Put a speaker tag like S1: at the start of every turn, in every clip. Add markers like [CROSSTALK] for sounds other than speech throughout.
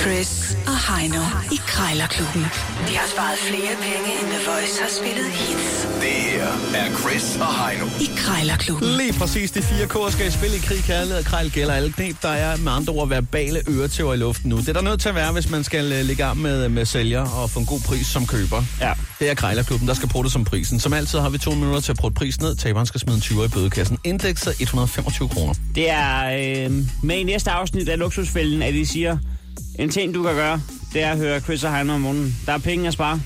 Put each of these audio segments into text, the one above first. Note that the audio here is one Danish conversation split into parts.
S1: Chris og Heino i Krejlerklubben. De har sparet flere penge, end The Voice har spillet hits
S2: Det her er Chris og Heino.
S1: i Krejlerklubben.
S3: Lige præcis de fire K'er skal i spil i krig, kærlighed og krejl gælder alle knep. Der er med andre ord verbale øretæver i luften nu. Det er der nødt til at være, hvis man skal øh, ligge arm med, med sælger og få en god pris som køber.
S4: Ja.
S3: Det er Krejlerklubben, der skal prutte som prisen. Som altid har vi to minutter til at prutte prisen ned. Taberen skal smide en 20 i bødekassen. Indekset 125 kroner.
S4: Det er øh, med i næste afsnit af Luksusfælden, at de siger, en ting du kan gøre, det er at høre Chris og Heino om morgenen. Der er penge at spare.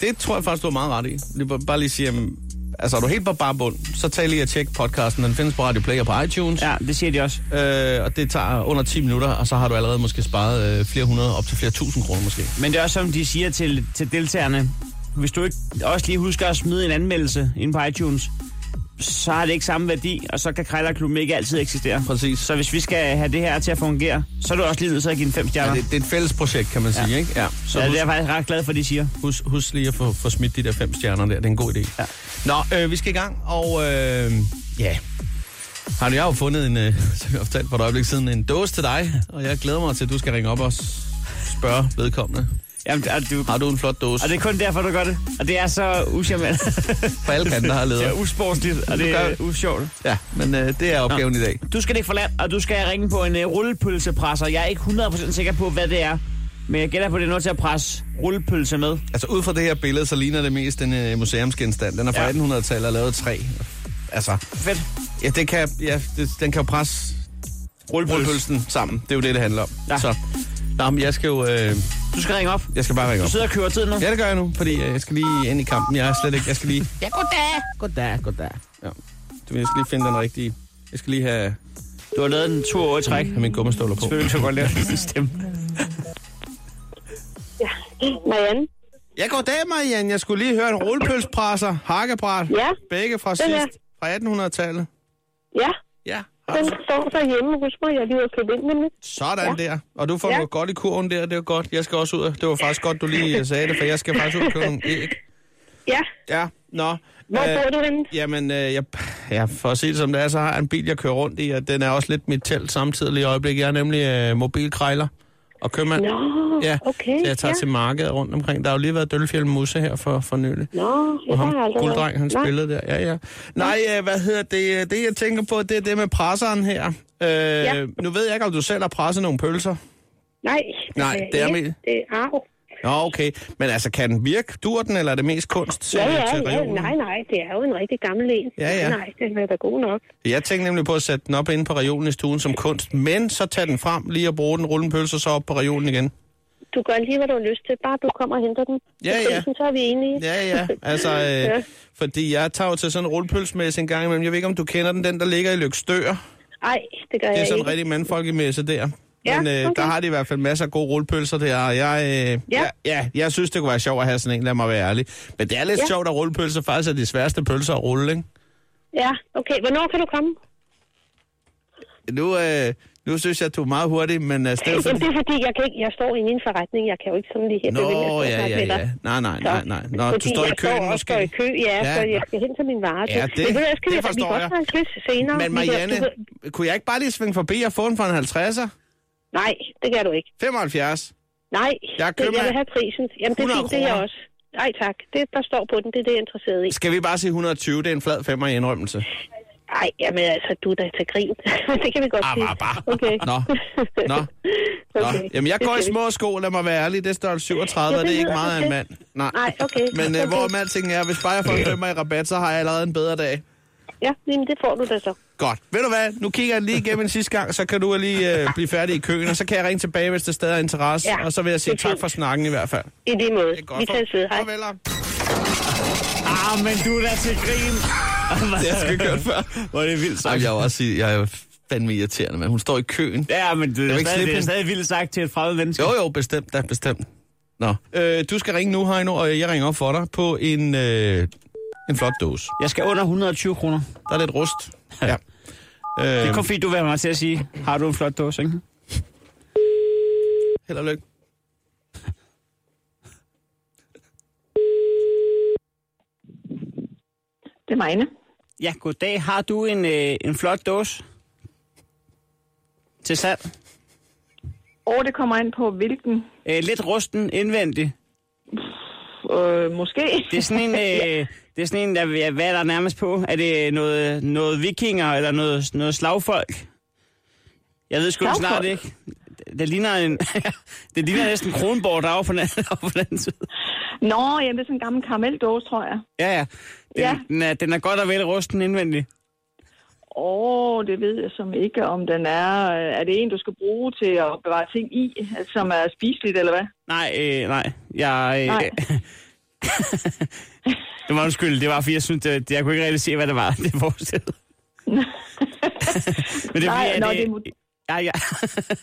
S3: Det tror jeg faktisk, du har meget ret i. Lige bare- Bare lige sige, jamen, altså er du helt på bare bund, så tag lige og tjek podcasten. Den findes på Radio Play og på iTunes.
S4: Ja, det siger de også.
S3: Øh, og det tager under 10 minutter, og så har du allerede måske sparet øh, flere hundrede, op til flere tusind kroner måske.
S4: Men det er også som de siger til, til deltagerne, hvis du ikke også lige husker at smide en anmeldelse ind på iTunes, så har det ikke samme værdi, og så kan Krejlerklubben ikke altid eksistere.
S3: Præcis.
S4: Så hvis vi skal have det her til at fungere, så er du også lige nødt til at give en fem stjerner.
S3: Ja, det, det er et fælles projekt, kan man sige, ja. ikke? Ja. Så
S4: Så ja, det er
S3: husk,
S4: jeg faktisk ret glad for, de siger.
S3: husk, husk lige at få, få smidt de der fem stjerner der. Det er en god idé.
S4: Ja.
S3: Nå, øh, vi skal i gang, og øh, ja... Har du jeg har jo fundet en, øh, [LAUGHS] som jeg fortalte for et øjeblik siden, en dåse til dig, og jeg glæder mig til, at du skal ringe op og s- spørge vedkommende.
S4: Jamen, og, du,
S3: Har du en flot dåse?
S4: og det er kun derfor, du gør det. Og det er så usjermand.
S3: på alle kanter har
S4: det
S3: leder.
S4: er usportsligt, og det er usjovt.
S3: Ja, men øh, det er opgaven
S4: Nå.
S3: i dag.
S4: Du skal ikke forlade, og du skal ringe på en uh, rullepølsepresser. Jeg er ikke 100% sikker på, hvad det er. Men jeg gætter på, at det er noget til at presse rullepølse med.
S3: Altså ud fra det her billede, så ligner det mest en øh, museumsgenstand. Den er fra
S4: Ja.
S3: ja. 1800-tallet og lavet af træ. Altså,
S4: Fedt.
S3: ja, det kan, ja, det, den kan jo presse
S4: Rullepølse.
S3: rullepølsen sammen. Det er jo det, det handler om.
S4: Ja.
S3: Så, nå, men jeg skal jo... Øh,
S4: Du skal ringe op.
S3: jeg skal bare ringe
S4: Du
S3: op.
S4: sidder og kører tid nu.
S3: Ja, det gør jeg nu, fordi øh, jeg skal lige ind i kampen. Jeg er slet ikke... Jeg skal lige...
S4: Ja, goddag. Goddag, goddag.
S3: Ja. Du ved, Jeg skal lige finde den rigtige... Jeg skal lige have,
S4: Du har lavet en tur over i træk.
S3: have min gummistøvler på.
S4: Selvfølgelig, du godt lave sådan en stemme.
S5: Marianne?
S3: Jeg går dag, Marianne. Jeg skulle lige høre en rullepølspresser, hakkebræt.
S5: Ja.
S3: Begge fra
S5: Den her.
S3: sidst, fra 1800-tallet.
S5: Ja,
S3: Ja, har
S5: den
S3: du-
S5: står derhjemme hos mig. Jeg er lige ude at købe ind med den.
S3: sådan der. Og du får
S5: Ja.
S3: noget godt i kurven der, det var godt. Jeg skal også ud. og- Det var faktisk godt, du lige øh, sagde det, for jeg skal faktisk ud og købe nogle æg.
S5: Ja,
S3: Ja, nå.
S5: hvor
S3: Øh,
S5: bor du henne?
S3: Jamen, øh, jeg, ja, for at sige det som det er, så har jeg en bil, jeg kører rundt i, og den er også lidt mit telt samtidig i øjeblikket. Jeg er nemlig øh, mobilkrejler og købmand.
S5: Nå,
S3: ja,
S5: okay,
S3: så jeg tager
S5: ja.
S3: til markedet rundt omkring. Der har jo lige været Dølfjell Musse her for, for nylig.
S5: Nå,
S3: Og
S5: jeg
S3: ham,
S5: har aldrig
S3: gulddreng, han
S5: altså, Nå,
S3: spillede der. Ja, ja. Nej, øh, hvad hedder det? Det, jeg tænker på, det er det med presseren her. Øh, ja. Nu ved jeg ikke, om du selv har presset nogle pølser.
S5: Nej,
S3: Nej, det er
S5: ikke.
S3: med-
S5: Det er arv.
S3: Nå, okay. Men altså, kan den virke? Dur den, eller er det mest kunst til,
S5: Ja, ja,
S3: til
S5: ja,
S3: reolen?
S5: nej, nej, det er jo en rigtig gammel en.
S3: Ja, ja.
S5: Nej, den er da god nok.
S3: Jeg tænkte nemlig på at sætte den op inde på reolen i stuen som kunst, men så tage den frem lige og bruge den, rulle en pølse og så op på reolen igen.
S5: Du gør lige, hvad du har lyst til. Bare du kommer og henter den.
S3: Ja,
S5: Så-
S3: ja.
S5: Så er vi enige.
S3: Ja, ja, altså, øh, ja.
S5: [LAUGHS] Ja.
S3: fordi jeg tager jo til sådan en rullepølsemesse en gang imellem. Jeg ved ikke, om du kender den, den der ligger i Lykstør.
S5: Nej, det gør
S3: Det er sådan
S5: jeg
S3: en
S5: Øh, ikke.
S3: rigtig mandfolkemesse der.
S5: Ja,
S3: Men øh,
S5: okay.
S3: der har de i hvert fald masser af gode rullepølser der, og jeg, øh, ja. jeg, ja, jeg synes, det kunne være sjovt at have sådan en, lad mig være ærlig. Men det er lidt ja.
S5: Ja.
S3: sjovt, at rullepølser faktisk er de sværeste pølser at rulle, ikke?
S5: Ja, okay. Hvornår kan du komme?
S3: Nu, øh, nu synes jeg, at du er meget hurtig, men altså, det er jo
S5: Jamen,
S3: fordi...
S5: det er fordi, jeg, kan ikke, jeg står inde i en forretning. Jeg kan jo ikke sådan lige her begynde at stå
S3: Nå,
S5: og
S3: ja,
S5: snakke
S3: ja,
S5: med dig.
S3: ja. Nej, nej,
S5: Så.
S3: nej, nej. Nå, du
S5: Fordi
S3: står i
S5: jeg
S3: køen
S5: står også
S3: måske.
S5: står i kø, ja,
S3: Ja.
S5: ja, så jeg skal hen til min vare.
S3: Ja, det-
S5: Men ved du, hvad, skal
S3: det
S5: vi, vi
S3: forstår
S5: godt
S3: jeg.
S5: snakke lidt senere.
S3: Men
S5: Vi kan-
S3: Marianne,
S5: du kan-
S3: kunne jeg ikke bare lige svinge forbi og få en for en 50'er?
S5: Nej, det kan du ikke.
S3: 75? Jeg
S5: Nej,
S3: er
S5: det, jeg
S3: købmand.
S5: vil have prisen. Jamen, det er
S3: 100
S5: fint, det er jeg
S3: kroner.
S5: også. Nej tak, det der står på den, det er det, jeg er interesseret i.
S3: Skal vi bare sige 120? Det er en flad femmer i indrømmelse.
S5: Nej, jamen altså, du er da til grin. [LAUGHS] det kan vi godt
S3: Ah,
S5: sige.
S3: bare, bare.
S5: Okay.
S3: Nå. Nå. Nå.
S5: [LAUGHS] Okay.
S3: Jamen, jeg
S5: Det
S3: går i
S5: skal vi.
S3: små sko, lad mig være ærlig. Det står 37,
S5: Ja,
S3: og
S5: det
S3: det er ikke
S5: lyder
S3: meget af en mand.
S5: perfekt.
S3: Nej.
S5: Nej, okay.
S3: Men øh,
S5: Okay.
S3: hvor med alting er, hvis bare jeg får en femmer i rabat, så har jeg allerede en bedre dag.
S5: Ja, jamen, det får du da så.
S3: Godt. Ved du hvad? Nu kigger jeg lige igennem en sidste gang, så kan du lige øh, blive færdig i køen, og så kan jeg ringe tilbage, hvis der stadig er interesse.
S5: Ja,
S3: og så vil jeg sige
S5: det er
S3: tak
S5: fint.
S3: for snakken i hvert fald.
S5: I lige måde.
S3: Det er godt
S5: Vi
S3: for.
S5: tager sidde. Hej.
S3: Farvel, og-
S4: Ah, men du er da til grin.
S3: [LAUGHS] Det har jeg sgu ikke hørt før.
S4: Hvor er det vildt
S3: Ej,
S4: sagt.
S3: jeg vil også sige, jeg er fandme irriterende, men hun står i køen.
S4: Ja, men det
S3: vil
S4: er,
S3: ikke slippe
S4: stadig, det er
S3: hende.
S4: stadig vildt sagt til et fremmed menneske.
S3: Jo, jo, bestemt, da, bestemt. Nå. Øh, du skal ringe nu, Heino, og jeg ringer op for dig på en, øh, en flot dåse.
S4: Jeg skal under 120 kroner.
S3: Der er lidt rust. Ja.
S4: Det er
S3: Øh,
S4: kun fordi, du vil have mig til at sige, har du en flot dåse, ikke?
S3: held og lykke.
S6: Det er Marianne.
S4: Ja, goddag. Har du en, øh, en flot dåse? Til salg?
S6: Og det kommer an på, hvilken.
S4: Øh, lidt rusten indvendig.
S6: Øh, måske.
S4: Det er sådan
S6: [LAUGHS]
S4: en, øh, det er sådan en der, ja, hvad er der nærmest på? Er det noget, noget vikinger eller noget, noget slagfolk? Jeg ved sgu
S6: Slagfolk?
S4: snart ikke. Det- Det ligner, en, [LAUGHS] det ligner næsten Kronborg, der er over på den, [LAUGHS] over på den side.
S6: Nå, jamen, det er sådan en gammel karameldåse, tror jeg.
S4: Ja, ja. Den, ja.
S6: Ja.
S4: Den, er, den er godt og vel rusten indvendig.
S6: Åh, det ved jeg som ikke, om den er... øh, Er det en, du skal bruge til at bevare ting i, altså, som er spiseligt, eller hvad?
S4: Nej, øh, nej. Jeg, øh,
S6: Nej.
S4: [LAUGHS] det var undskyld, det var fordi, jeg synes, det, jeg kunne ikke rigtig se, hvad det var, [LAUGHS] det
S6: [LAUGHS]
S4: forestillede. Men det, er
S6: Nej,
S4: fordi, at
S6: nå,
S4: det,
S6: det er mod-
S4: Ja, ja.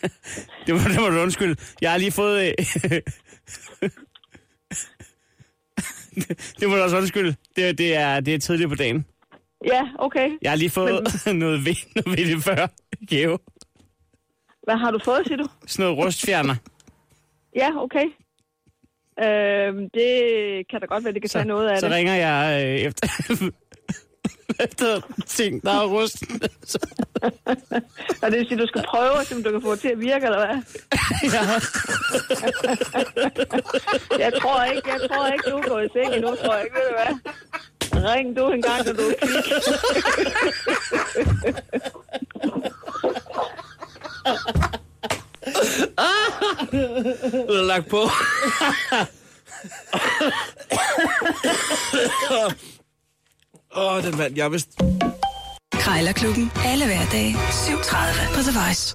S4: [LAUGHS] det, må, det må du undskylde. Jeg har lige fået... Øh, [LAUGHS] det må du også undskylde. Det, det, er, det er tidligt på dagen.
S6: Ja, okay.
S4: Jeg har lige fået Men... [LAUGHS] noget ved, noget ved det før. Gave.
S6: Hvad har du fået, siger du?
S4: Sådan noget rustfjerner.
S6: Ja, okay. Øhm, det kan da godt være, det kan så, tage noget af
S4: så
S6: det.
S4: ringer jeg øh, efter, [LAUGHS] efter ting, der er rust.
S6: Og det vil sige, du skal prøve, at se, om du kan få det til at virke, eller hvad?
S4: ja.
S6: Jeg tror ikke, jeg tror ikke, du er gået i seng endnu, tror jeg ikke, ved du hvad? Ring du en gang, når du er kvik.
S3: Du har lagt
S4: [LAUGHS]
S3: på. Åh, oh, den vandt jeg vist.
S1: Krejlerklubben. Alle hverdage. 7.30 på The Voice.